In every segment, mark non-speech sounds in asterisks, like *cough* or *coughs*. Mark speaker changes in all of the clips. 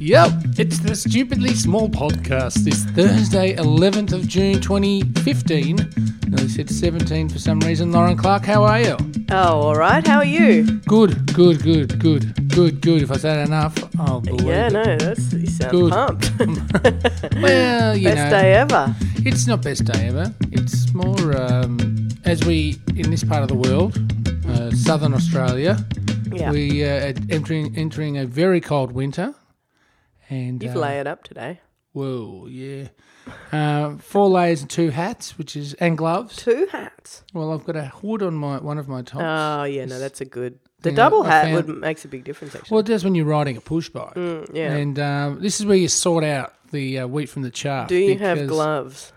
Speaker 1: Yep, it's the Stupidly Small podcast this Thursday, 11th of June 2015. No, they said 17 for some reason. Lauren Clark, how are you?
Speaker 2: Oh, all right. How are you?
Speaker 1: Good, good, good, good, good, good. If I say that enough, I'll believe
Speaker 2: Yeah,
Speaker 1: it.
Speaker 2: no, that's you sound
Speaker 1: Good.
Speaker 2: pumped.
Speaker 1: Well, *laughs* you
Speaker 2: *laughs*
Speaker 1: know,
Speaker 2: Best day ever.
Speaker 1: it's not best day ever. It's more, um, as we, in this part of the world, uh, southern Australia,
Speaker 2: Yeah,
Speaker 1: we uh, are entering, entering a very cold winter. And
Speaker 2: you've
Speaker 1: uh,
Speaker 2: layered up today.
Speaker 1: Whoa, yeah. Uh, four layers and two hats, which is and gloves.
Speaker 2: Two hats.
Speaker 1: Well, I've got a hood on my one of my tops.
Speaker 2: Oh, yeah, no, that's a good. The
Speaker 1: Thing I-
Speaker 2: double
Speaker 1: I
Speaker 2: hat
Speaker 1: found-
Speaker 2: would makes a big difference actually.
Speaker 1: well, it does when you're riding a push bike.
Speaker 2: Oh. Mm, yeah.
Speaker 1: And um, this is where you sort out the uh, wheat from the chaff.
Speaker 2: Do you have
Speaker 1: because-
Speaker 2: gloves?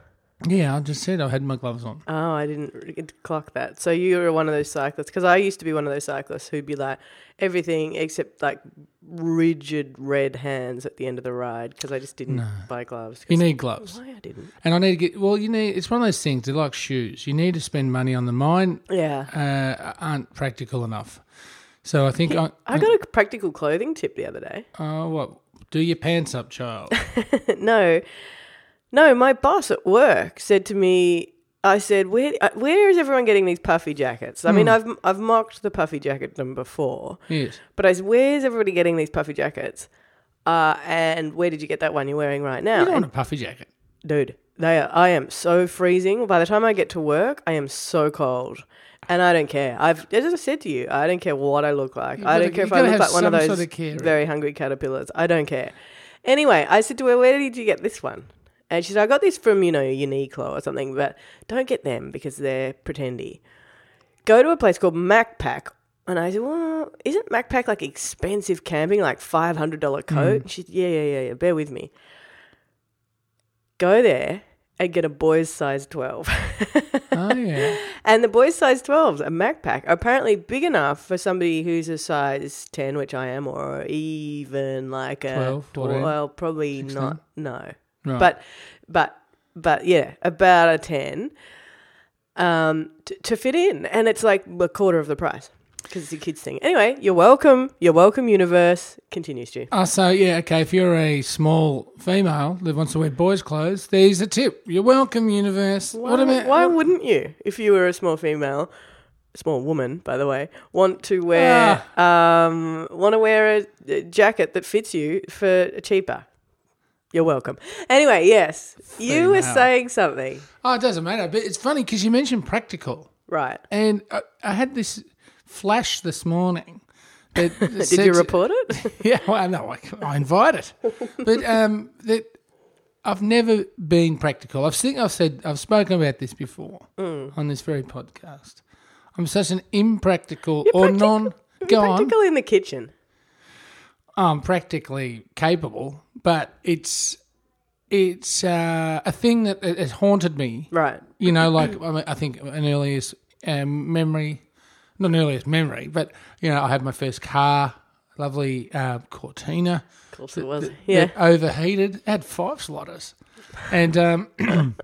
Speaker 1: Yeah, I just said I had my gloves on.
Speaker 2: Oh, I didn't re- get- clock that. So you were one of those cyclists because I used to be one of those cyclists who'd be like everything except like rigid red hands at the end of the ride because I just didn't buy gloves.
Speaker 1: You
Speaker 2: 'cause-
Speaker 1: need gloves,
Speaker 2: why I didn't?
Speaker 1: and I need to get. Well, you need. It's one of those things. They're like shoes. You need to spend money on them. Mine
Speaker 2: Yeah.
Speaker 1: uh, aren't practical enough. So I think I.
Speaker 2: I got a practical clothing tip the other day.
Speaker 1: Oh, what? Do your pants up,
Speaker 2: *laughs*
Speaker 1: child.
Speaker 2: no, no. My boss at work said to me, "I said, where uh, where is everyone getting these puffy jackets? I mean, I've I've mocked the puffy jacket them before,
Speaker 1: yes.
Speaker 2: but I said, where's everybody getting these puffy jackets? Uh, and where did you get that one you're wearing right now?
Speaker 1: You don't
Speaker 2: And
Speaker 1: want a puffy jacket.
Speaker 2: dude, they are, I am so freezing. By the time I get to work, I am so cold." And I don't care. I've as I said to you, I don't care what I look like. I
Speaker 1: gotta-
Speaker 2: don't care
Speaker 1: you
Speaker 2: if I
Speaker 1: gotta
Speaker 2: look
Speaker 1: have
Speaker 2: like one of
Speaker 1: some
Speaker 2: those
Speaker 1: sort of care.
Speaker 2: very hungry caterpillars. I don't care. Anyway, I said to her, "Where did you get this one?" And she said, "I got this from you know Uniqlo or something, but don't get them because they're pretendy. Go to a place called MacPack." And I said, "Well, isn't MacPack like expensive camping, like five hundred dollar coat?" She said, "Yeah, yeah, yeah, yeah. Bear with me. Go there and get a boy's size twelve.
Speaker 1: Oh yeah.
Speaker 2: *laughs* And the boys' size 12s, a Mac pack, are apparently big enough for somebody who's a size 10, which I am, or even like a
Speaker 1: 12, 14,
Speaker 2: well, probably not, no.
Speaker 1: Right.
Speaker 2: But, but, but yeah, about a 10 um, t- to fit in. And it's like a quarter of the price because it's a kid's thing. Anyway, you're welcome. You're welcome, universe. Continue, Stu.
Speaker 1: Oh, so yeah, okay. If you're a small female that wants to wear boys' clothes, there's a tip. You're welcome, universe.
Speaker 2: Why,
Speaker 1: what about?
Speaker 2: why wouldn't you, if you were a small female, small woman, by the way, want to wear
Speaker 1: Ah.
Speaker 2: um, want to wear a, a jacket that fits you for cheaper? You're welcome. Anyway, yes, you were
Speaker 1: Female.
Speaker 2: saying something,
Speaker 1: Oh, it doesn't matter. But it's funny because you mentioned practical,
Speaker 2: right?
Speaker 1: and I, I had this flash this morning.
Speaker 2: *laughs*
Speaker 1: That
Speaker 2: Did you report it?
Speaker 1: *laughs* Yeah, well, no, I, I invite it, but um, that I've never been practical. I've think I've said I've spoken about this before
Speaker 2: Mm.
Speaker 1: on this very podcast. I'm such an impractical or
Speaker 2: practical-
Speaker 1: non. Go on.
Speaker 2: *laughs* Practical in the kitchen.
Speaker 1: I'm um, practically capable, but it's it's uh, a thing that has haunted me.
Speaker 2: Right.
Speaker 1: You know, like I, mean, I think an earliest um, memory, not an earliest memory, but you know, I had my first car, lovely uh, Cortina,
Speaker 2: Of course it was. Yeah.
Speaker 1: that overheated, had five slotters, and um, *clears throat*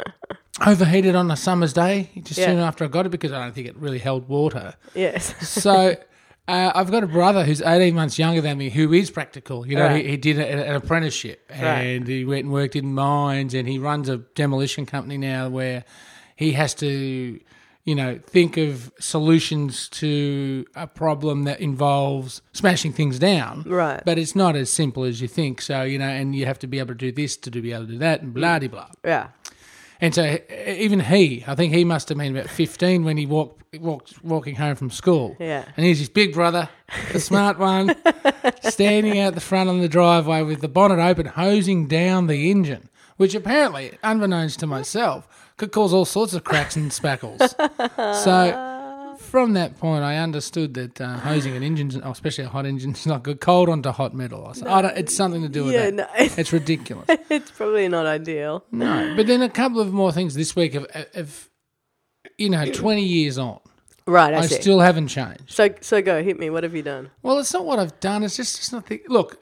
Speaker 1: overheated on a summer's day just
Speaker 2: Yeah.
Speaker 1: soon after I got it because I don't think it really held water *laughs*
Speaker 2: Yes.
Speaker 1: so uh, I've got a brother who's 18 months younger than me who is practical. You know,
Speaker 2: Right.
Speaker 1: he, he did a, an apprenticeship and he went and worked in mines and he runs a demolition company now where he has to, you know, think of solutions to a problem that involves smashing things down.
Speaker 2: Right.
Speaker 1: But it's not as simple as you think. So, you know, and you have to be able to do this to be able to do that and blah, de blah.
Speaker 2: Yeah.
Speaker 1: And so e- even he, I think he must have been about 15 when he walked, walked walking home from school.
Speaker 2: Yeah.
Speaker 1: And here's his big brother, the smart
Speaker 2: *laughs*
Speaker 1: one, standing out the front on the driveway with the bonnet open, hosing down the engine, which apparently, unbeknownst to myself, could cause all sorts of cracks and spackles. so from that point, I understood that uh, hosing an engine, oh, especially a hot engine, is not good. Cold onto hot metal. I, s- I don't, it's something to do with
Speaker 2: Yeah.
Speaker 1: that.
Speaker 2: No,
Speaker 1: It's ridiculous.
Speaker 2: it's probably not ideal.
Speaker 1: No, but then a couple of more things this week of, of you know, 20 years on,
Speaker 2: Right. I,
Speaker 1: I
Speaker 2: see.
Speaker 1: still haven't changed.
Speaker 2: so so go hit me. What have you done?
Speaker 1: Well, it's not what I've done. It's just, it's not the. Look,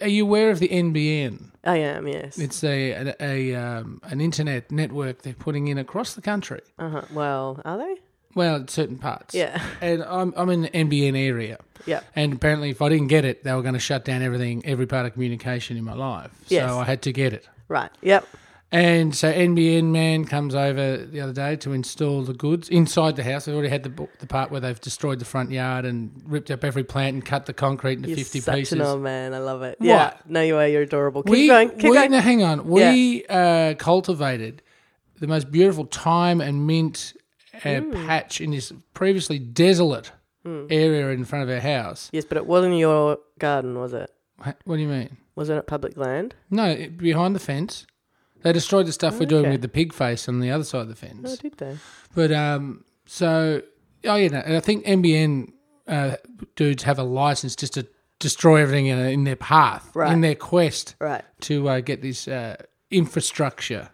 Speaker 1: are you aware of the NBN?
Speaker 2: I am. Yes.
Speaker 1: It's a, a, um, an internet network they're putting in across the country.
Speaker 2: uh-huh. Well, are they?
Speaker 1: Well, certain parts.
Speaker 2: Yeah.
Speaker 1: And I'm I'm in the NBN area.
Speaker 2: Yeah.
Speaker 1: And apparently, if I didn't get it, they were going to shut down everything, every part of communication in my life.
Speaker 2: Yes.
Speaker 1: So I had to get it.
Speaker 2: Right. Yep.
Speaker 1: And so NBN man comes over the other day to install the goods inside the house. They've already had the, the part where they've destroyed the front yard and ripped up every plant and cut the concrete into
Speaker 2: You're
Speaker 1: 50
Speaker 2: such
Speaker 1: pieces.
Speaker 2: an old man. I love it. Yeah. No, you are. You're adorable. Keep
Speaker 1: we,
Speaker 2: going. Keep
Speaker 1: we-
Speaker 2: going.
Speaker 1: no, hang on. We uh, cultivated the most beautiful thyme and mint uh,
Speaker 2: Hmm.
Speaker 1: patch in this previously desolate area in front of our house.
Speaker 2: Yes, but it wasn't your garden, was it?
Speaker 1: Wha- What do you mean?
Speaker 2: Wasn't it public land?
Speaker 1: No, it, behind the fence. They destroyed the stuff we're doing
Speaker 2: Okay.
Speaker 1: with the pig face on the other side of the fence.
Speaker 2: Oh, did they?
Speaker 1: But um, so oh yeah, no, and I think NBN uh, dudes have a license just to destroy everything in, in their path,
Speaker 2: Right.
Speaker 1: in their quest
Speaker 2: Right.
Speaker 1: to uh, get this uh, infrastructure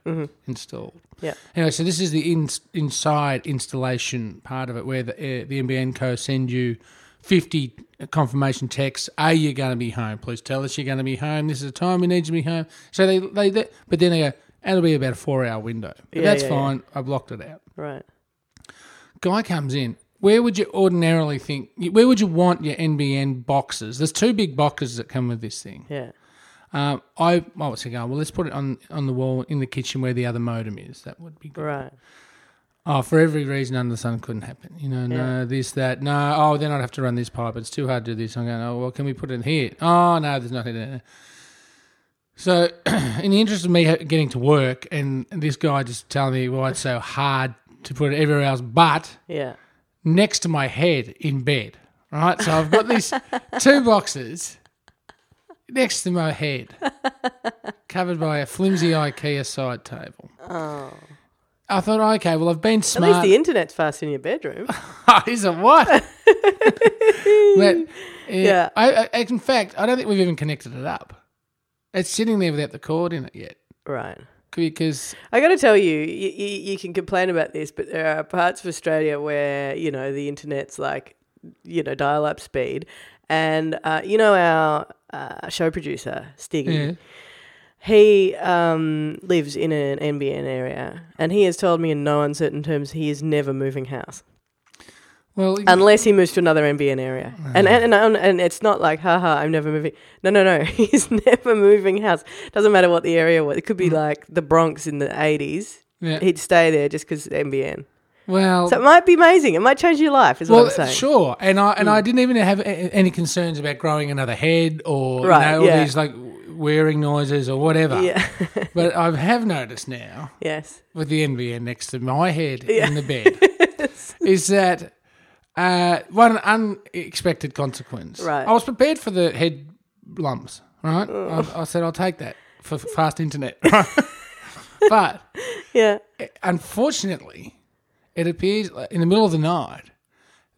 Speaker 1: installed.
Speaker 2: Mm-hmm. Yeah.
Speaker 1: Anyway, so this is the in, inside installation part of it, where the uh, the NBN co send you. 50 confirmation texts. Are you going to be home? Please tell us you're going to be home. This is the time we need you to be home. So they, they, they but then they go, it'll be about a four hour window. But
Speaker 2: Yeah,
Speaker 1: that's
Speaker 2: yeah, yeah.
Speaker 1: fine. I blocked it out
Speaker 2: Right.
Speaker 1: guy comes in. Where would you ordinarily think? Where would you want your NBN boxes? There's two big boxes that come with this thing.
Speaker 2: Yeah.
Speaker 1: Um, I, I was thinking, oh, well, let's put it on on the wall in the kitchen where the other modem is. That would be good.
Speaker 2: Right.
Speaker 1: Oh, for every reason under the sun, couldn't happen. You know, no, this, that, no. Oh, then I'd have to run this pipe. It's too hard to do this. I'm going. Oh, well, can we put it here? Oh, no, there's nothing there. So, *clears throat* in the interest of me ha- getting to work, and this guy just telling me why it's so hard to put it everywhere else, but
Speaker 2: Yeah.
Speaker 1: next to my head in bed. Right, so I've got
Speaker 2: *laughs*
Speaker 1: these two boxes next to my head, covered by a flimsy IKEA side table.
Speaker 2: Oh.
Speaker 1: I thought, okay, well, I've been
Speaker 2: At least
Speaker 1: smart. Oh, *laughs*
Speaker 2: the internet's fast in your bedroom.
Speaker 1: Is it
Speaker 2: *laughs*
Speaker 1: what? but, uh,
Speaker 2: Yeah.
Speaker 1: I, I, in fact, I don't think we've even connected it up. It's sitting there without the cord in it yet,
Speaker 2: right.
Speaker 1: because
Speaker 2: I got to tell you, you, you, you can complain about this, but there are parts of Australia where you know the internet's like, you know, dial-up speed, and uh, you know our uh, show producer Stiggy,
Speaker 1: yeah,
Speaker 2: he um, lives in an NBN area, and he has told me in no uncertain terms he is never moving house
Speaker 1: well,
Speaker 2: unless he moves to another NBN area. And, and and and it's not like, haha, I'm never moving. No, no, *laughs* no. He's never moving house. Doesn't matter what the area was. It could be like the Bronx in the 80s.
Speaker 1: Mm. yeah.
Speaker 2: He'd stay there just because NBN.
Speaker 1: well,
Speaker 2: So it might be amazing. It might change your life, is
Speaker 1: Well,
Speaker 2: what I'm saying. Hmm.
Speaker 1: sure, and I and I didn't even have a- a- any concerns about growing another head or you
Speaker 2: Right,
Speaker 1: know, all
Speaker 2: yeah.
Speaker 1: these like wearing noises or whatever.
Speaker 2: Yeah. *laughs*
Speaker 1: But I have noticed now
Speaker 2: yes.
Speaker 1: with the NBN next to my head in the
Speaker 2: *laughs*
Speaker 1: bed is that uh, one unexpected consequence.
Speaker 2: Right. Oh.
Speaker 1: I was prepared for the head lumps. Right. I, I said I'll take that for f- fast internet. *laughs*
Speaker 2: *laughs*
Speaker 1: but
Speaker 2: Yeah.
Speaker 1: unfortunately, it appears like, in the middle of the night,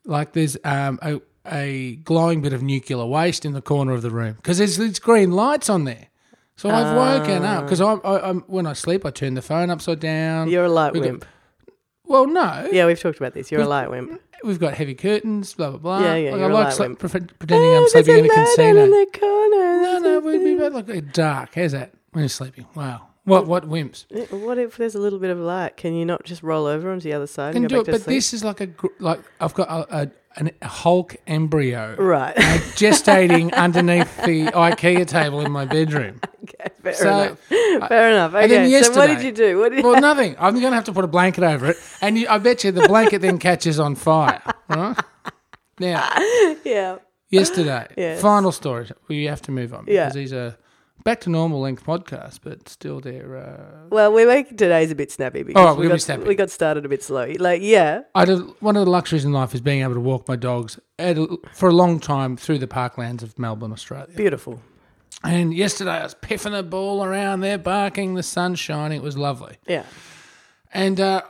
Speaker 1: like there's um, a, a glowing bit of nuclear waste in the corner of the room because there's these green lights on there. So I've
Speaker 2: Ah.
Speaker 1: woken up because I'm, I, I'm when I sleep, I turn the phone upside down.
Speaker 2: You're a light
Speaker 1: We've got-
Speaker 2: wimp.
Speaker 1: Well, no,
Speaker 2: Yeah, we've talked about this. You're a light wimp.
Speaker 1: we've got heavy curtains, blah blah blah.
Speaker 2: Yeah, yeah,
Speaker 1: Like, I
Speaker 2: you're a
Speaker 1: like
Speaker 2: light
Speaker 1: sli-
Speaker 2: wimp.
Speaker 1: pre- pretending I'm sleeping in a casino.
Speaker 2: in the corner.
Speaker 1: no, no, we'd be about like dark. How's that when you're sleeping? Wow, what what wimps?
Speaker 2: What if there's a little bit of light? Can you not just roll over onto the other side
Speaker 1: can
Speaker 2: and go
Speaker 1: do it,
Speaker 2: back to
Speaker 1: but
Speaker 2: sleep?
Speaker 1: this is like a gr- like I've got a, a, an, a Hulk embryo
Speaker 2: right. *laughs*
Speaker 1: uh, gestating underneath the IKEA table in my bedroom.
Speaker 2: okay, fair
Speaker 1: So-
Speaker 2: enough. Fair enough. Okay.
Speaker 1: and then
Speaker 2: so what did
Speaker 1: yesterday-
Speaker 2: you do? What did
Speaker 1: Well, nothing. I'm going to have to put a blanket over it, and you, I bet you the blanket then catches on fire. Right now,
Speaker 2: *laughs* yeah.
Speaker 1: yesterday,
Speaker 2: Yes.
Speaker 1: final story. We have to move on
Speaker 2: Yeah.
Speaker 1: because these are back to normal length podcasts, but still they're. Uh,
Speaker 2: Well, we make today's a bit snappy because
Speaker 1: right,
Speaker 2: we,
Speaker 1: we'll be
Speaker 2: got,
Speaker 1: snappy.
Speaker 2: we got started a bit slow. Like, yeah,
Speaker 1: I do, one of the luxuries in life is being able to walk my dogs at, a- for a long time through the parklands of Melbourne, Australia.
Speaker 2: beautiful.
Speaker 1: And yesterday I was piffing a ball around there, barking, the sun shining. It was lovely.
Speaker 2: Yeah.
Speaker 1: And uh,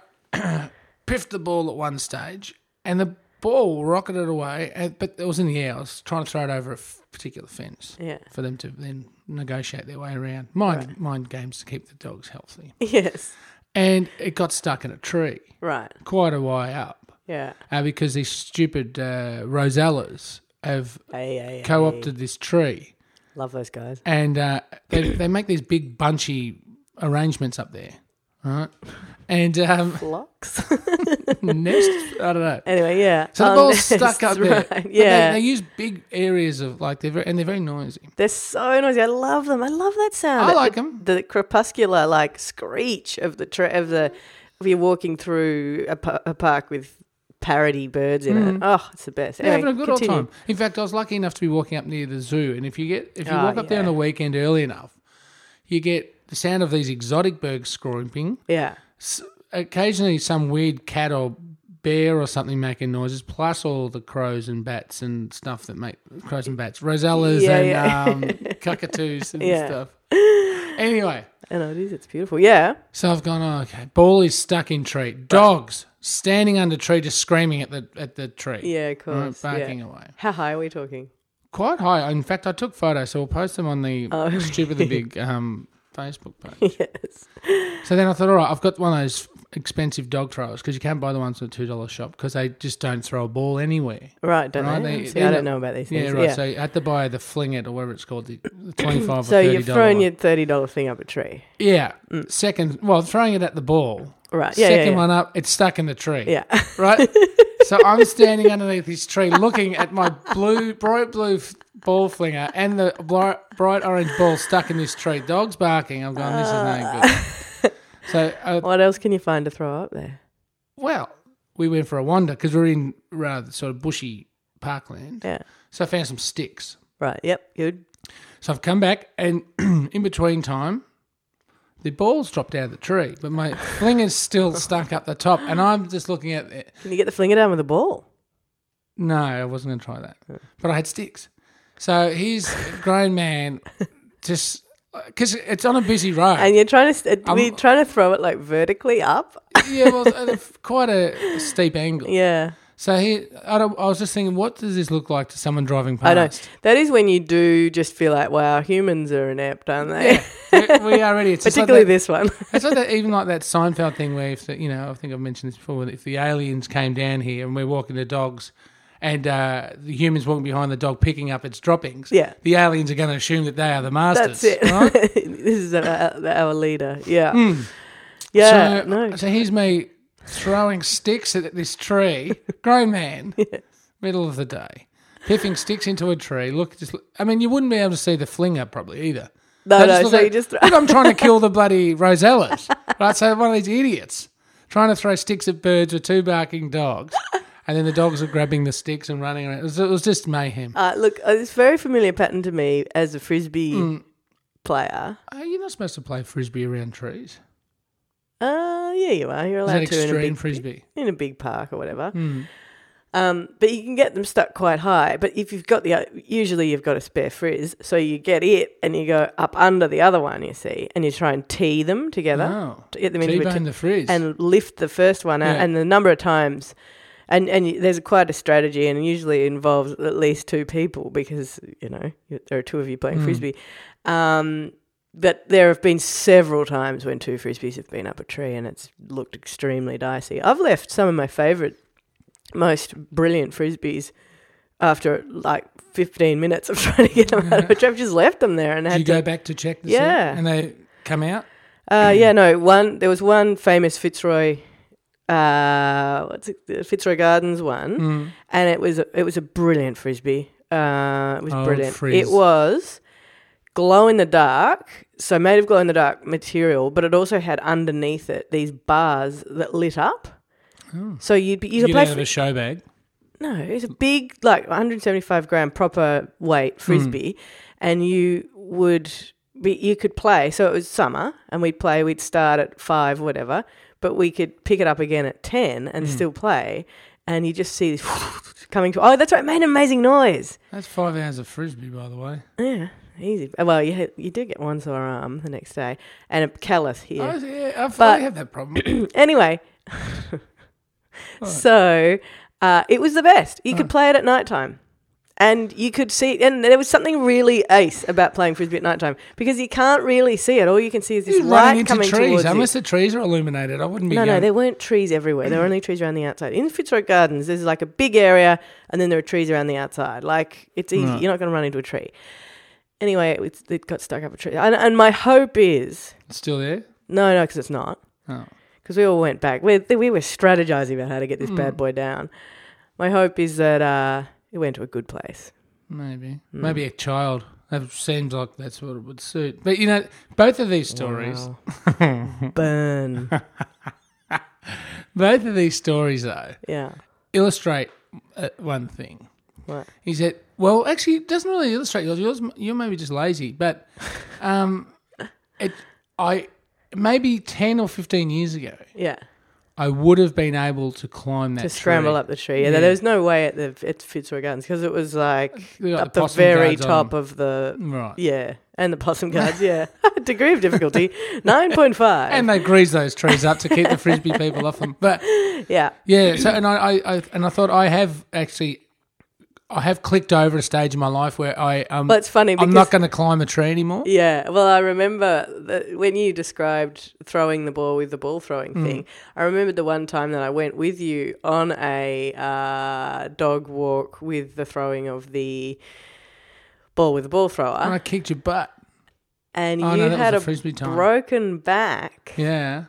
Speaker 1: *clears throat* piffed the ball at one stage, and the ball rocketed away. And, but it was in the air. I was trying to throw it over a f- particular fence
Speaker 2: Yeah. *laughs*
Speaker 1: for them to then negotiate their way around. Mind, mind games to keep the dogs healthy.
Speaker 2: Yes.
Speaker 1: And it got stuck in a tree
Speaker 2: Right.
Speaker 1: quite a way up
Speaker 2: Yeah.
Speaker 1: uh, because these stupid uh, Rosellas have
Speaker 2: Hey, hey, hey.
Speaker 1: co opted this tree.
Speaker 2: Love those guys.
Speaker 1: and uh, they, they make these big bunchy arrangements up there, And um, *laughs*
Speaker 2: Blocks. *laughs*
Speaker 1: next, I don't know.
Speaker 2: anyway, yeah.
Speaker 1: So the
Speaker 2: Um, *laughs*
Speaker 1: ball's stuck up there.
Speaker 2: right,
Speaker 1: But they-
Speaker 2: Yeah.
Speaker 1: They, use big areas of like they're very, and they're very noisy.
Speaker 2: They're so noisy. I love them. I love that sound.
Speaker 1: I
Speaker 2: Oh, That-
Speaker 1: like
Speaker 2: the-
Speaker 1: 'em.
Speaker 2: The crepuscular like screech of the tra- of the if you're walking through a, pa- a park with parody birds in it. Oh, it's the best.
Speaker 1: Mm. They're
Speaker 2: Anyway,
Speaker 1: having a good
Speaker 2: continue.
Speaker 1: old time. In fact, I was lucky enough to be walking up near the zoo, and if you get if you
Speaker 2: Ah,
Speaker 1: walk up there on
Speaker 2: yeah.
Speaker 1: the weekend early enough, you get the sound of these exotic birds scrooping.
Speaker 2: Yeah.
Speaker 1: S- occasionally, some weird cat or bear or something making noises, plus all the crows and bats and stuff that make crows and bats, rosellas
Speaker 2: Yeah,
Speaker 1: and
Speaker 2: yeah. *laughs*
Speaker 1: Um, cockatoos and
Speaker 2: Yeah.
Speaker 1: stuff. Anyway,
Speaker 2: I know it is. It's beautiful. Yeah.
Speaker 1: So I've gone, oh, okay. Ball is stuck in tree. Dogs standing under tree, just screaming at the at the tree.
Speaker 2: Yeah, of
Speaker 1: Right,
Speaker 2: course. yeah.
Speaker 1: barking away.
Speaker 2: How high are we talking? *laughs*
Speaker 1: Quite high. In fact, I took photos, so we'll post them on the
Speaker 2: Oh, *laughs*
Speaker 1: stupid the big um, Facebook page.
Speaker 2: Yes.
Speaker 1: so then I thought, all right, I've got one of those expensive dog throwers because you can't buy the ones at the two dollar shop because they just don't throw a ball anywhere.
Speaker 2: Right, don't
Speaker 1: Right,
Speaker 2: know.
Speaker 1: they-
Speaker 2: See,
Speaker 1: they're
Speaker 2: I don't
Speaker 1: not-
Speaker 2: know about these
Speaker 1: Yeah,
Speaker 2: things.
Speaker 1: right. So you had to buy the fling it or whatever it's called, the twenty
Speaker 2: *coughs*
Speaker 1: five.
Speaker 2: So
Speaker 1: or $30
Speaker 2: you've thrown
Speaker 1: one.
Speaker 2: your thirty dollar thing up a tree.
Speaker 1: yeah second. Well, throwing it at the ball.
Speaker 2: Right. Yeah.
Speaker 1: second
Speaker 2: yeah,
Speaker 1: one up, it's stuck in the tree.
Speaker 2: yeah. yeah. *laughs*
Speaker 1: right? so I'm standing underneath this tree looking at my blue, bright blue f- ball flinger and the bri- bright orange ball stuck in this tree. Dog's barking. I'm going, this is no good. So, uh,
Speaker 2: what else can you find to throw up there?
Speaker 1: well, we went for a wander because we're in rather sort of bushy parkland.
Speaker 2: Yeah.
Speaker 1: So I found some sticks.
Speaker 2: Right. Yep. Good.
Speaker 1: So I've come back and *clears throat* in between time, the ball's dropped out of the tree, but my flinger's still stuck up the top, and I'm just looking at it.
Speaker 2: Can you get the flinger down with a ball?
Speaker 1: No, I wasn't going to try that. But I had sticks. So he's a grown man, just because it's on a busy road.
Speaker 2: And you're trying to st- we're trying to throw it like vertically up.
Speaker 1: *laughs* yeah, well, it's at a f- quite a steep angle.
Speaker 2: Yeah.
Speaker 1: So he, I, don't, I was just thinking, what does this look like to someone driving past?
Speaker 2: I don't. That is when you do just feel like, wow, humans are inept, aren't *laughs* they?
Speaker 1: We, we already, it's just like
Speaker 2: Particularly
Speaker 1: that-
Speaker 2: this one.
Speaker 1: It's like that, even like that Seinfeld thing where if the, you know, I think I've mentioned this before. where If the aliens came down here and we're walking the dogs, and uh, the humans walking behind the dog picking up its droppings,
Speaker 2: Yeah.
Speaker 1: the aliens are going to assume that they are the masters.
Speaker 2: That's it.
Speaker 1: right?
Speaker 2: *laughs*
Speaker 1: Hmm.
Speaker 2: this is our, our leader. Yeah. Yeah.
Speaker 1: so,
Speaker 2: no.
Speaker 1: so here's me throwing sticks at this
Speaker 2: *laughs*
Speaker 1: tree, grown man, middle of the day, piffing sticks into a tree. Look, just look- I mean, you wouldn't be able to see the flinger probably either.
Speaker 2: No,
Speaker 1: They
Speaker 2: no.
Speaker 1: look
Speaker 2: So
Speaker 1: at-
Speaker 2: you just throw.
Speaker 1: *laughs* look, I'm trying to kill the bloody rosellas, right? So one of these idiots trying to throw sticks at birds with two barking dogs, and then the dogs are grabbing the sticks and running around. It was, it was just mayhem.
Speaker 2: *laughs* Uh, look, uh, it's a very familiar pattern to me as a frisbee
Speaker 1: Hmm.
Speaker 2: player.
Speaker 1: Oh, you're not supposed to play frisbee around trees.
Speaker 2: Uh, yeah, you are. You're
Speaker 1: Is that
Speaker 2: allowed to in a
Speaker 1: extreme
Speaker 2: big
Speaker 1: frisbee?
Speaker 2: in a big park or whatever. Um, but you can get them stuck quite high. But if you've got the uh, usually you've got a spare frizz, so you get it and you go up under the other one. You see, and you try and tee them together
Speaker 1: Oh.
Speaker 2: to get them into a
Speaker 1: T-bone the frizz.
Speaker 2: and lift the first one out.
Speaker 1: Yeah.
Speaker 2: And the number of times, and and you- there's quite a strategy, and usually involves at least two people because you know you- there are two of you
Speaker 1: Mm.
Speaker 2: playing frisbee. Um, but there have been several times when two frisbees have been up a tree, and it's looked extremely dicey. I've left some of my favourite, most brilliant frisbees after like 15 minutes of *laughs* trying to get them out of a tree. I've just left them there and
Speaker 1: Do you
Speaker 2: had to
Speaker 1: go back to check this
Speaker 2: Yeah.
Speaker 1: out? And they come out?
Speaker 2: uh, yeah, no. One there was one famous Fitzroy, uh, what's it, the Fitzroy Gardens one,
Speaker 1: Mm.
Speaker 2: and it was a, it was a brilliant frisbee. Uh, it was
Speaker 1: Oh,
Speaker 2: brilliant.
Speaker 1: frizz.
Speaker 2: It was glow in the dark, so made of glow in the dark material, but it also had underneath it these bars that lit up. So you'd be you
Speaker 1: You
Speaker 2: could
Speaker 1: get
Speaker 2: play
Speaker 1: out of a show bag.
Speaker 2: no, it's a big, like 175 gram proper weight frisbee, and you would be you could play. So it was summer, and we'd play. We'd start at five, whatever, but we could pick it up again at ten and still play. And you just see *laughs* this coming to. Oh, that's right, it made an amazing noise.
Speaker 1: That's five hours of frisbee, by the way.
Speaker 2: Yeah, easy. Well, you had- you do get one sore arm the next day and a callus here.
Speaker 1: I, yeah, I
Speaker 2: But-
Speaker 1: fully have that
Speaker 2: *clears throat*
Speaker 1: problem.
Speaker 2: Anyway, so uh, it was the best. You could play it at night time. And you could see, and there was something really ace about playing frisbee at night time because you can't really see it. All you can see is this
Speaker 1: You're running
Speaker 2: light
Speaker 1: into
Speaker 2: coming
Speaker 1: trees.
Speaker 2: towards you.
Speaker 1: Unless the trees are illuminated, I wouldn't be
Speaker 2: No,
Speaker 1: going.
Speaker 2: no, there weren't trees everywhere. There were only trees around the outside. In Fitzroy Gardens, there's like a big area, and then there are trees around the outside. Like it's easy. You're not going to run into a tree. Anyway, it, was, it got stuck up a tree. And, and my hope is
Speaker 1: It's still there?
Speaker 2: no, no, because it's not.
Speaker 1: Oh.
Speaker 2: because we all went back. We we were strategizing about how to get this
Speaker 1: Hmm.
Speaker 2: bad boy down. My hope is that uh, it went to a good place.
Speaker 1: Maybe.
Speaker 2: Mm.
Speaker 1: Maybe a child. That seems like that's what it would suit. But you know, both of these stories,
Speaker 2: Wow. *laughs*
Speaker 1: *laughs*
Speaker 2: Burn.
Speaker 1: both of these stories though,
Speaker 2: Yeah.
Speaker 1: illustrate uh, one thing.
Speaker 2: What?
Speaker 1: He said, "Well, actually, it doesn't really illustrate yours. Yours, you're maybe just lazy, but um, it, I maybe ten or fifteen years ago,
Speaker 2: Yeah.
Speaker 1: I would have been able to climb that
Speaker 2: To scramble
Speaker 1: tree.
Speaker 2: up the tree. Yeah. There was no way at the at Fitzroy Gardens because it was like
Speaker 1: They got
Speaker 2: up the
Speaker 1: possum
Speaker 2: very
Speaker 1: guards on.
Speaker 2: top
Speaker 1: *laughs*
Speaker 2: of the
Speaker 1: right?
Speaker 2: yeah, and the
Speaker 1: *laughs*
Speaker 2: possum guards. Yeah. *laughs* Degree of difficulty nine point five.
Speaker 1: And they grease those trees up to keep the frisbee people off them. But
Speaker 2: yeah.
Speaker 1: yeah, so and I, I, I and I thought I have actually, I have clicked over a stage in my life where I um,
Speaker 2: Well, it's funny because
Speaker 1: I'm not going to climb a tree anymore.
Speaker 2: Yeah, well, I remember that when you described throwing the ball with the ball throwing
Speaker 1: Mm.
Speaker 2: thing. I remembered the one time that I went with you on a uh, dog walk with the throwing of the ball with the ball
Speaker 1: And
Speaker 2: thrower,
Speaker 1: I kicked your butt.
Speaker 2: and
Speaker 1: Oh,
Speaker 2: you
Speaker 1: no, that
Speaker 2: had
Speaker 1: was
Speaker 2: a
Speaker 1: the frisbee time.
Speaker 2: broken back.
Speaker 1: Yeah.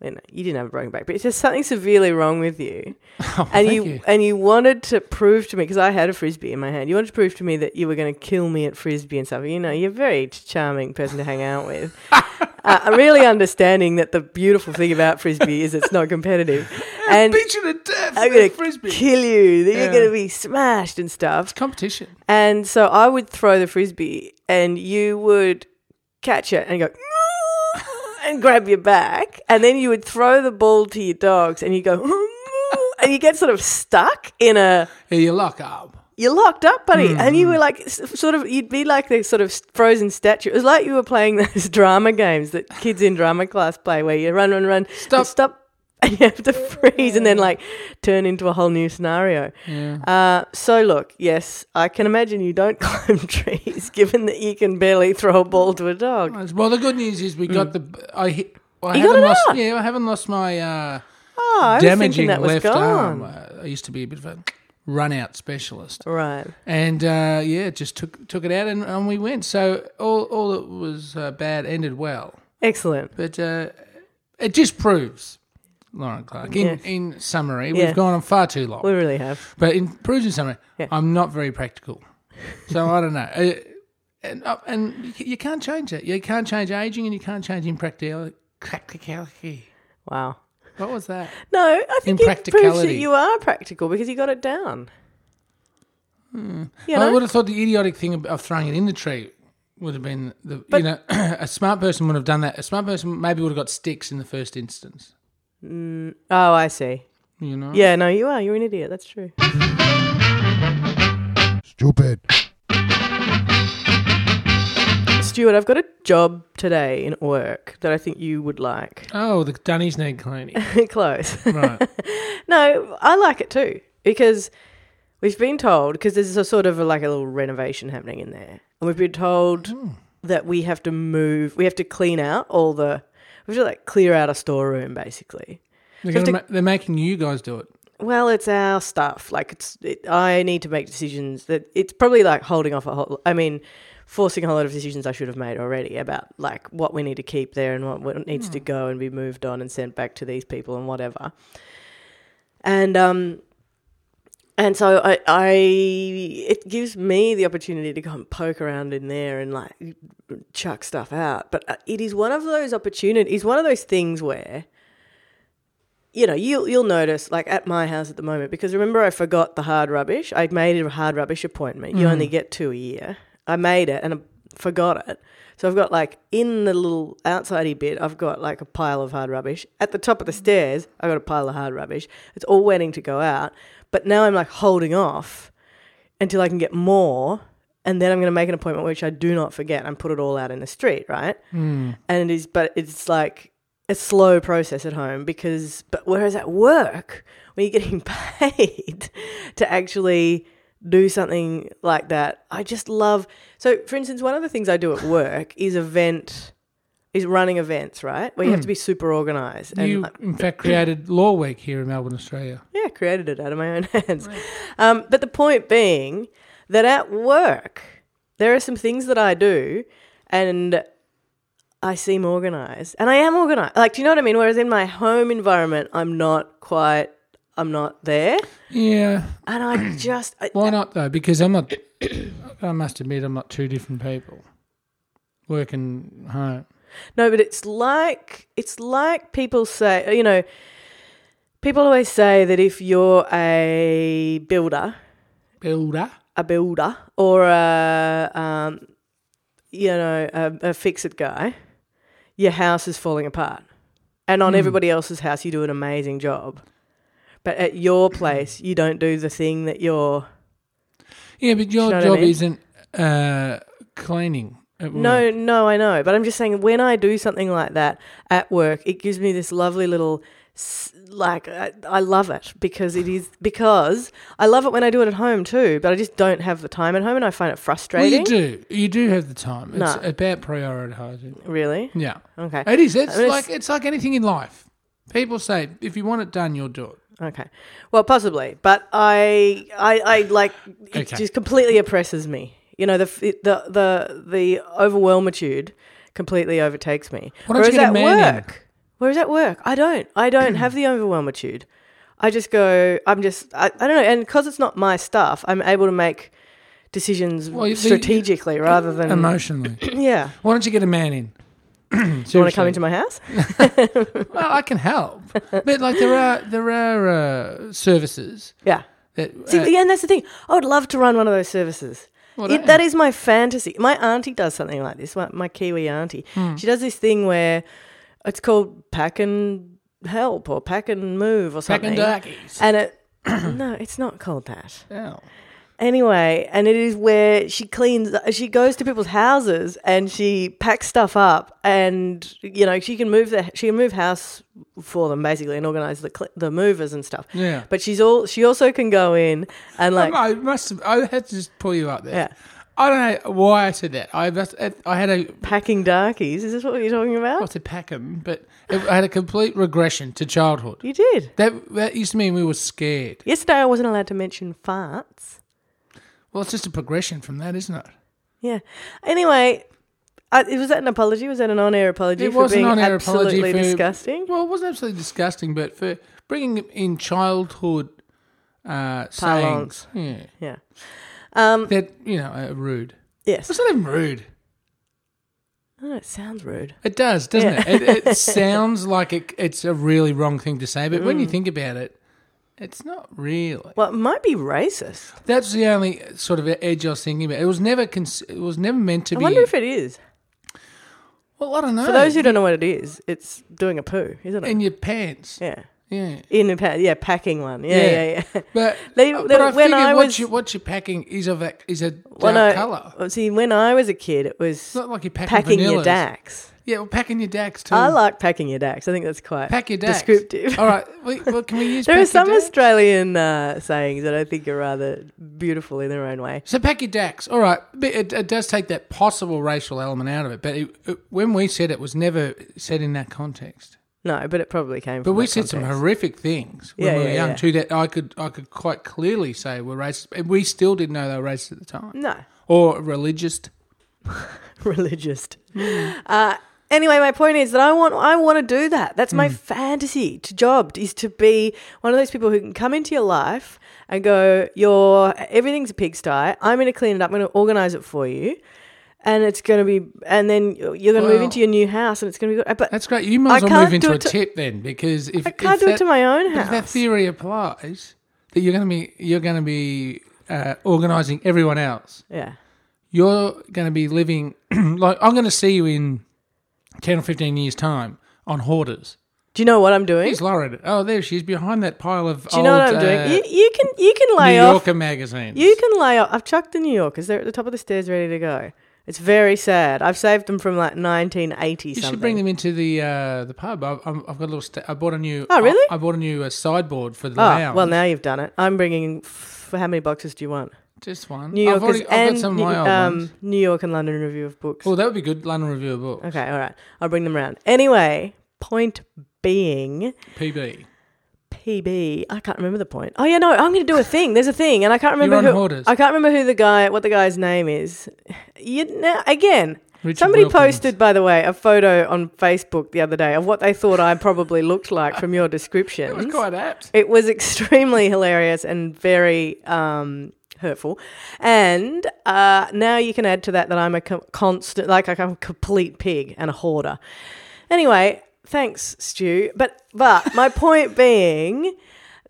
Speaker 2: Well, no, you didn't have a broken back, but it's just something severely wrong with you.
Speaker 1: *laughs* Oh,
Speaker 2: And
Speaker 1: thank
Speaker 2: you, and you wanted to prove to me because I had a frisbee in my hand. You wanted to prove to me that you were going to kill me at frisbee and stuff. You know, you're a very charming person to hang out
Speaker 1: *laughs*
Speaker 2: with. uh, I'm really understanding that the beautiful thing about frisbee is it's not competitive,
Speaker 1: *laughs*
Speaker 2: and
Speaker 1: beat you to death.
Speaker 2: I'm
Speaker 1: with
Speaker 2: going
Speaker 1: a frisbee.
Speaker 2: to kill you. That
Speaker 1: Yeah.
Speaker 2: You're going to be smashed and stuff.
Speaker 1: It's competition.
Speaker 2: And so I would throw the frisbee, and you would catch it and go. And grab your back, and then you would throw the ball to your dogs, and you go, and you get sort of stuck in a
Speaker 1: Yeah, you lock up.
Speaker 2: you're locked up, buddy. And
Speaker 1: Hmm.
Speaker 2: you were like, s- sort of, you'd be like the sort of frozen statue. It was like you were playing *laughs* those drama games that kids in drama class play where you run, run, run,
Speaker 1: Stop.
Speaker 2: stop, *laughs* and you have to freeze and then like turn into a whole new scenario.
Speaker 1: Yeah.
Speaker 2: Uh, so, look, yes, I can imagine you don't *laughs* climb trees given that you can barely throw a ball to a dog.
Speaker 1: Well, the good news is we got the. I hit. I
Speaker 2: You got
Speaker 1: haven't
Speaker 2: it
Speaker 1: lost.
Speaker 2: out.
Speaker 1: Yeah, I haven't lost my uh,
Speaker 2: Oh, I was
Speaker 1: damaging
Speaker 2: thinking that was
Speaker 1: left arm.
Speaker 2: gone.
Speaker 1: Uh, I used to be a bit of a run out specialist,
Speaker 2: Right.
Speaker 1: and uh, yeah, just took took it out and, and we went. So all all that was uh, bad ended well,
Speaker 2: Excellent.
Speaker 1: but uh, it just proves. Lauren Clark. In,
Speaker 2: Yes.
Speaker 1: in summary,
Speaker 2: Yeah.
Speaker 1: we've gone on far too long.
Speaker 2: We really have.
Speaker 1: But in proves in summary,
Speaker 2: Yeah.
Speaker 1: I'm not very practical. So I don't know. Uh, and uh, and you can't change that. You can't change aging and you can't change impracticality. Practicality.
Speaker 2: Wow.
Speaker 1: What was that?
Speaker 2: No, I think it proves that
Speaker 1: Impracticality.
Speaker 2: you are practical because you got it down. You
Speaker 1: Hmm. I
Speaker 2: know?
Speaker 1: would have thought the idiotic thing of- of throwing it in the tree would have been the you know *clears throat* a smart person would have done that. A smart person maybe would have got sticks in the first instance.
Speaker 2: Oh, I see.
Speaker 1: You know.
Speaker 2: Yeah, no, you are. You're an idiot. That's true.
Speaker 3: Stupid.
Speaker 2: Stuart, I've got a job today in work that I think you would like. *laughs*
Speaker 1: Oh, the dunnies need cleaning.
Speaker 2: Close. *laughs*
Speaker 1: Right.
Speaker 2: no, I like it too because we've been told because there's a sort of a, like a little renovation happening in there, and we've been told that we have to move, we have to clean out all the, we have to like clear out a storeroom basically.
Speaker 1: They're,
Speaker 2: have
Speaker 1: gonna ma- they're making you guys do it.
Speaker 2: Well, it's our stuff. Like it's, it, I need to make decisions that it's probably like holding off a whole. I mean, forcing a whole lot of decisions I should have made already about like what we need to keep there and what, what needs to go and be moved on and sent back to these people and whatever. And um, and so I, I, it gives me the opportunity to go and poke around in there and like chuck stuff out. But uh, it is one of those opportunities, one of those things where, you know, you'll you'll notice like at my house at the moment because remember I forgot the hard rubbish. I made a hard rubbish appointment. You only get two a year. I made it and I forgot it. So I've got like in the little outsidey bit, I've got like a pile of hard rubbish. At the top of the stairs, I've got a pile of hard rubbish. It's all waiting to go out. But now I'm like holding off until I can get more. And then I'm going to make an appointment, which I do not forget, and put it all out in the street, right? Mm. And it is, but it's like a slow process at home because, but whereas at work, when you're getting *laughs* paid to actually do something like that, I just love. So, for instance, one of the things I do at work is event, is running events, right? Where you have to be super organized. And
Speaker 1: You
Speaker 2: like-
Speaker 1: in fact created Law Week here in Melbourne, Australia.
Speaker 2: *laughs* yeah, created it out of my own *laughs* hands. Um, but the point being that at work, there are some things that I do, and I seem organized, and I am organized. Like, do you know what I mean? Whereas in my home environment, I'm not quite. I'm not there,
Speaker 1: Yeah.
Speaker 2: and I just. I,
Speaker 1: Why not though? Because I'm
Speaker 2: *coughs*
Speaker 1: not. I must admit, I'm not two different people. Working home.
Speaker 2: No, but it's like it's like people say, you know, people always say that if you're a builder,
Speaker 1: Builder.
Speaker 2: a builder, or a um, you know a, a fix-it guy, your house is falling apart, and
Speaker 1: Hmm.
Speaker 2: on everybody else's house, you do an amazing job, but at your
Speaker 1: Hmm.
Speaker 2: place, you don't do the thing that you're.
Speaker 1: Yeah, but your
Speaker 2: You know what I
Speaker 1: job
Speaker 2: mean?
Speaker 1: isn't uh, cleaning. At work.
Speaker 2: No, no, I know, but I'm just saying when I do something like that at work, it gives me this lovely little s- like I, I love it because it is because I love it when I do it at home too, but I just don't have the time at home and I find it
Speaker 1: Well,
Speaker 2: frustrating.
Speaker 1: you do. You do have the time. It's
Speaker 2: No.
Speaker 1: about prioritizing.
Speaker 2: Really?
Speaker 1: Yeah,
Speaker 2: Okay.
Speaker 1: it is. It's
Speaker 2: I mean, it's-
Speaker 1: like it's like anything in life. People say if you want it done, you'll do it.
Speaker 2: Okay. Well, possibly, but I I I like it
Speaker 1: Okay.
Speaker 2: just completely oppresses me. You know, the f- it- the the the overwhelmitude completely overtakes me.
Speaker 1: Why don't you get a man in?
Speaker 2: work? Whereas at work, I don't. I don't have the overwhelmitude. I just go. I'm just. I, I don't know. And because it's not my stuff, I'm able to make decisions
Speaker 1: Well, you- the-
Speaker 2: strategically rather than
Speaker 1: Emotionally,
Speaker 2: *coughs* yeah.
Speaker 1: why don't you get a man in?
Speaker 2: Mm. *coughs* Do you want to come into my house?
Speaker 1: Well, I can
Speaker 2: *laughs*
Speaker 1: help, but like there are there are uh, services
Speaker 2: Yeah.
Speaker 1: that
Speaker 2: See,
Speaker 1: uh,
Speaker 2: the end. That's the thing. I would love to run one of those services.
Speaker 1: Well,
Speaker 2: It-
Speaker 1: that-
Speaker 2: that is my fantasy. My auntie does something like this. My, my Kiwi auntie,
Speaker 1: Hmm.
Speaker 2: she does this thing where it's called pack and help or pack and move
Speaker 1: pack
Speaker 2: or something.
Speaker 1: and darkies.
Speaker 2: and it, *coughs* no, it's not called that.
Speaker 1: Oh.
Speaker 2: Anyway, and it is where she cleans. uh, She goes to people's houses and she packs stuff up, and you know she can move the she can move house for them basically and organize the cl- the movers and stuff.
Speaker 1: Yeah.
Speaker 2: But she's all she also can go in and like
Speaker 1: I must. Have, I had to just pull you up there.
Speaker 2: Yeah.
Speaker 1: I don't know why I said that. I must, I had a
Speaker 2: packing darkies. Is this what you're talking about?
Speaker 1: not to pack 'em, but it, I had a complete regression to childhood.
Speaker 2: You did.
Speaker 1: That that used to mean we were scared.
Speaker 2: Yesterday I wasn't allowed to mention farts.
Speaker 1: Well, it's just a progression from that, isn't it?
Speaker 2: Yeah. Anyway, I, was that an apology? Was that an on-air apology
Speaker 1: It
Speaker 2: for
Speaker 1: was an
Speaker 2: being
Speaker 1: on-air apology
Speaker 2: absolutely
Speaker 1: for-
Speaker 2: disgusting?
Speaker 1: Well, it wasn't absolutely disgusting, but for bringing in childhood uh,
Speaker 2: Parlance.
Speaker 1: sayings, yeah,
Speaker 2: Yeah. Um.
Speaker 1: that you know, are rude.
Speaker 2: Yes.
Speaker 1: It's not even rude.
Speaker 2: Oh, it sounds rude.
Speaker 1: It does, doesn't
Speaker 2: Yeah. *laughs*
Speaker 1: it? It, it sounds like it, it's a really wrong thing to say, but when
Speaker 2: Mm.
Speaker 1: you think about it, it's not really.
Speaker 2: Well, it might be racist.
Speaker 1: That's the only sort of edge I was thinking about. It was never, cons- it was never meant to
Speaker 2: I
Speaker 1: be.
Speaker 2: wonder if it is.
Speaker 1: well, I don't know.
Speaker 2: For those who don't know what it is, it's doing a poo, isn't it?
Speaker 1: in your pants.
Speaker 2: yeah.
Speaker 1: Yeah.
Speaker 2: In a pa- yeah, packing one. Yeah,
Speaker 1: Yeah.
Speaker 2: yeah, yeah. *laughs*
Speaker 1: But,
Speaker 2: They-
Speaker 1: but
Speaker 2: they-
Speaker 1: I
Speaker 2: when
Speaker 1: figured
Speaker 2: I
Speaker 1: what,
Speaker 2: was-
Speaker 1: you, what you're packing is of a, is a dark
Speaker 2: When I-
Speaker 1: colour.
Speaker 2: See, when I was a kid, it was
Speaker 1: It's not like you're packing,
Speaker 2: packing your
Speaker 1: vanillas.
Speaker 2: dax.
Speaker 1: Yeah, well, packing your dax too.
Speaker 2: I like packing your dax. I think that's quite
Speaker 1: Pack your dax.
Speaker 2: descriptive.
Speaker 1: All right. We, well, can we use
Speaker 2: *laughs* There
Speaker 1: pack
Speaker 2: are some
Speaker 1: your dax?
Speaker 2: Australian uh, sayings that I think are rather beautiful in their own way.
Speaker 1: So pack your dax. All right, but it, it does take that possible racial element out of it. But it, it- when we said it, was never said in that context.
Speaker 2: No, but it probably came.
Speaker 1: But
Speaker 2: from
Speaker 1: we
Speaker 2: that
Speaker 1: said some
Speaker 2: context.
Speaker 1: horrific things when
Speaker 2: Yeah,
Speaker 1: we were
Speaker 2: yeah,
Speaker 1: young
Speaker 2: yeah.
Speaker 1: too. That I could I could quite clearly say were racist, and we still didn't know they were racist at the time
Speaker 2: no
Speaker 1: or religious.
Speaker 2: *laughs* religious. Uh, anyway, my point is that I want I want to do that. That's
Speaker 1: Hmm.
Speaker 2: my fantasy to job is to be one of those people who can come into your life and go, "Your everything's a pigsty. I'm going to clean it up. I'm going to organize it for you." And it's going to be, and then you're going to move
Speaker 1: Well-
Speaker 2: into your new house, and it's going to be good. But
Speaker 1: That's great. You might
Speaker 2: I
Speaker 1: as well move
Speaker 2: can't do
Speaker 1: into a
Speaker 2: it to-
Speaker 1: tip then, because if
Speaker 2: I can't
Speaker 1: if
Speaker 2: do
Speaker 1: that,
Speaker 2: it to my own
Speaker 1: if that
Speaker 2: house.
Speaker 1: theory applies, that you're going to be you're going to be uh, organising everyone else.
Speaker 2: yeah.
Speaker 1: you're going to be living *clears throat* like I'm going to see you in ten or fifteen years' time on hoarders.
Speaker 2: Do you know what I'm doing?
Speaker 1: Here's Laura. Oh, there she is behind that pile of.
Speaker 2: Do you know
Speaker 1: old,
Speaker 2: what I'm
Speaker 1: uh,
Speaker 2: doing? You, you can you can lay
Speaker 1: New
Speaker 2: off.
Speaker 1: Yorker magazines.
Speaker 2: You can lay off. I've chucked the New Yorkers. They're at the top of the stairs, ready to go. It's very sad. I've saved them from like 1980
Speaker 1: You
Speaker 2: something.
Speaker 1: should bring them into the uh, the pub. I've, I'm- I've got a little. Sta- I bought a new.
Speaker 2: Oh, really?
Speaker 1: I, I bought a new uh, sideboard for the
Speaker 2: oh
Speaker 1: lounge.
Speaker 2: well, now you've done it. I'm bringing. F- how many boxes do you want?
Speaker 1: just one.
Speaker 2: New
Speaker 1: I've
Speaker 2: Yorkers
Speaker 1: already, I've
Speaker 2: and
Speaker 1: got some of
Speaker 2: New,
Speaker 1: my old
Speaker 2: um,
Speaker 1: ones.
Speaker 2: New York and London review of books.
Speaker 1: Oh, that would be good. London Review of Books.
Speaker 2: Okay, all right. I'll bring them around. Anyway, point being.
Speaker 1: PB.
Speaker 2: PB. I can't remember the point. Oh yeah, no, I'm going to do a thing. There's a thing, and I can't remember
Speaker 1: You're on
Speaker 2: who.
Speaker 1: hoarders.
Speaker 2: I can't remember who the guy, what the guy's name is. You know, again,
Speaker 1: Richard
Speaker 2: Somebody
Speaker 1: Wilkins.
Speaker 2: posted, by the way, a photo on Facebook the other day of what they thought I probably looked like
Speaker 1: *laughs*
Speaker 2: from your
Speaker 1: It
Speaker 2: description.
Speaker 1: was quite apt.
Speaker 2: It was extremely hilarious and very um, hurtful. And uh, now you can add to that that I'm a co- constant, like I'm a complete pig and a hoarder. Anyway, thanks, Stu. But
Speaker 1: *laughs*
Speaker 2: but my point being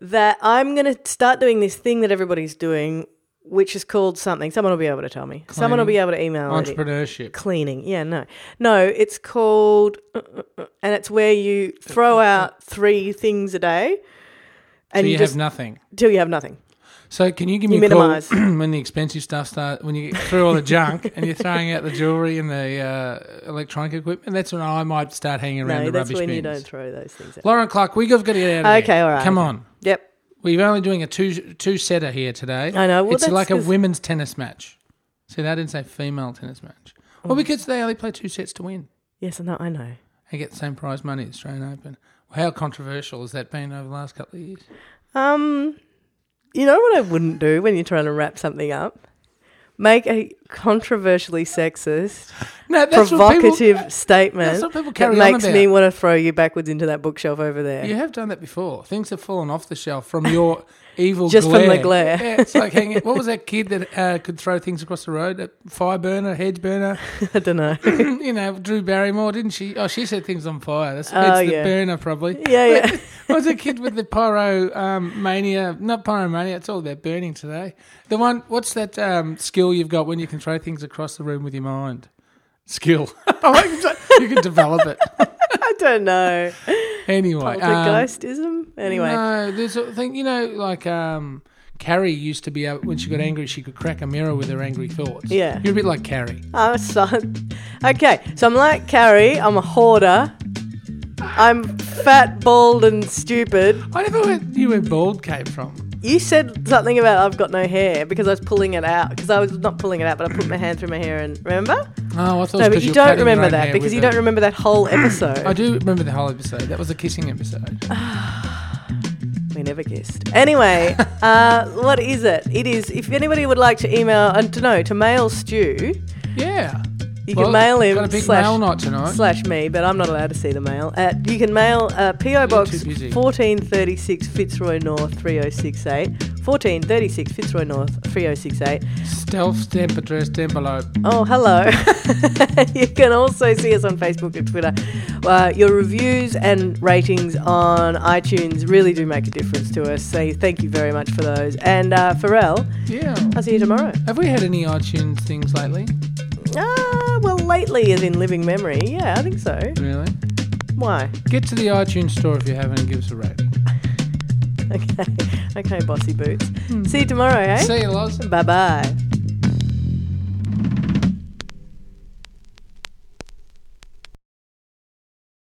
Speaker 2: that I'm going to start doing this thing that everybody's doing, which is called something. Someone will be able to tell me. Someone will be able to email it
Speaker 1: Entrepreneurship.
Speaker 2: cleaning. Yeah, no, no. It's called, uh, uh, uh, and it's where you throw out three things a day, and
Speaker 1: So
Speaker 2: you
Speaker 1: you
Speaker 2: just
Speaker 1: have nothing.
Speaker 2: till you have nothing.
Speaker 1: So can you give me
Speaker 2: You
Speaker 1: a call *clears throat*
Speaker 2: minimise.
Speaker 1: when the expensive stuff start when you get through all the junk and you're throwing out the jewelry and the uh, electronic equipment? That's when I might start hanging around
Speaker 2: No,
Speaker 1: the
Speaker 2: that's
Speaker 1: rubbish
Speaker 2: when
Speaker 1: bins.
Speaker 2: you don't throw those things out.
Speaker 1: Lauren Clark, we've got to get out of here.
Speaker 2: Okay, all right.
Speaker 1: Come on.
Speaker 2: Yep.
Speaker 1: We're only doing a two two setter here today.
Speaker 2: I know, well,
Speaker 1: it's
Speaker 2: that's
Speaker 1: like a
Speaker 2: 'cause-
Speaker 1: women's tennis match. See, they didn't say female tennis match.
Speaker 2: Oh.
Speaker 1: Well, because they only play two sets to win
Speaker 2: Yes, no, I know.
Speaker 1: and get the same prize money at Australian Open. How controversial has that been over the last couple of years?
Speaker 2: Um, you know what I wouldn't do when you're trying to wrap something up? Make a controversially sexist,
Speaker 1: No, that's what people-
Speaker 2: provocative statement
Speaker 1: that's what people
Speaker 2: that
Speaker 1: carry on
Speaker 2: makes me
Speaker 1: about.
Speaker 2: want to throw you backwards into that bookshelf over there.
Speaker 1: You have done that before. Things have fallen off the shelf
Speaker 2: *laughs*
Speaker 1: from your evil
Speaker 2: Just from
Speaker 1: glare.
Speaker 2: the glare.
Speaker 1: Yeah, it's like hanging. What was that kid that uh, could throw things across the road? A fire burner, hedge
Speaker 2: *laughs*
Speaker 1: burner.
Speaker 2: *laughs* I don't know.
Speaker 1: you know, Drew Barrymore, didn't she? Oh, she set things on fire. That's,
Speaker 2: Oh,
Speaker 1: it's
Speaker 2: yeah.
Speaker 1: the burner, probably.
Speaker 2: yeah,
Speaker 1: *laughs*
Speaker 2: yeah.
Speaker 1: I was a kid with the pyro um, mania. Not pyromania. It's all about burning today. The one. What's that um, skill you've got when you can throw things across the room with your mind?
Speaker 2: *laughs*
Speaker 1: Skill. you can develop it.
Speaker 2: I don't know.
Speaker 1: Anyway. um,
Speaker 2: Poltergeistism? anyway.
Speaker 1: No, there's a thing, you know, like um, Carrie used to be able, when she got angry, she could crack a mirror with her angry thoughts.
Speaker 2: Yeah.
Speaker 1: You're a bit like Carrie.
Speaker 2: I'm so, okay, so I'm like Carrie. I'm a hoarder. I'm fat, bald, and stupid.
Speaker 1: I never went, you where bald came from.
Speaker 2: You said something about I've got no hair because I was pulling it out. Because I was not pulling it out, but I put my hand through my hair and remember?
Speaker 1: Oh, I thought
Speaker 2: no,
Speaker 1: it was 'cause
Speaker 2: but you
Speaker 1: were
Speaker 2: don't
Speaker 1: cutting your
Speaker 2: remember
Speaker 1: own
Speaker 2: that
Speaker 1: hair
Speaker 2: because
Speaker 1: with
Speaker 2: you
Speaker 1: a-
Speaker 2: don't remember that whole episode.
Speaker 1: *coughs* I do remember the whole episode. That was a kissing episode.
Speaker 2: *laughs* We never kissed.
Speaker 1: *laughs*
Speaker 2: Anyway, uh, what is it? It is. If anybody would like to email and to know to mail Stew,
Speaker 1: Yeah.
Speaker 2: you can mail him
Speaker 1: Got a big
Speaker 2: slash
Speaker 1: mail night tonight.
Speaker 2: slash me, but I'm not allowed to see the mail. At, you can mail uh, PO Box
Speaker 1: too busy.
Speaker 2: 1436 Fitzroy North 3068. 1436 Fitzroy North 3068.
Speaker 1: Stealth stamp address envelope.
Speaker 2: Oh, hello. *laughs* you can also see us on Facebook and Twitter. Uh, your reviews and ratings on iTunes really do make a difference to us. So thank you very much for those. And uh, Pharrell,
Speaker 1: Yeah.
Speaker 2: I'll see you tomorrow.
Speaker 1: Have we had any iTunes things lately?
Speaker 2: Ah, well, lately is in living memory. Yeah, I think so.
Speaker 1: Really?
Speaker 2: Why? *laughs*
Speaker 1: Get to the iTunes store if you haven't and give us a rating.
Speaker 2: Okay, okay, bossy boots. See you tomorrow, eh?
Speaker 1: See you, Loz.
Speaker 2: Bye bye.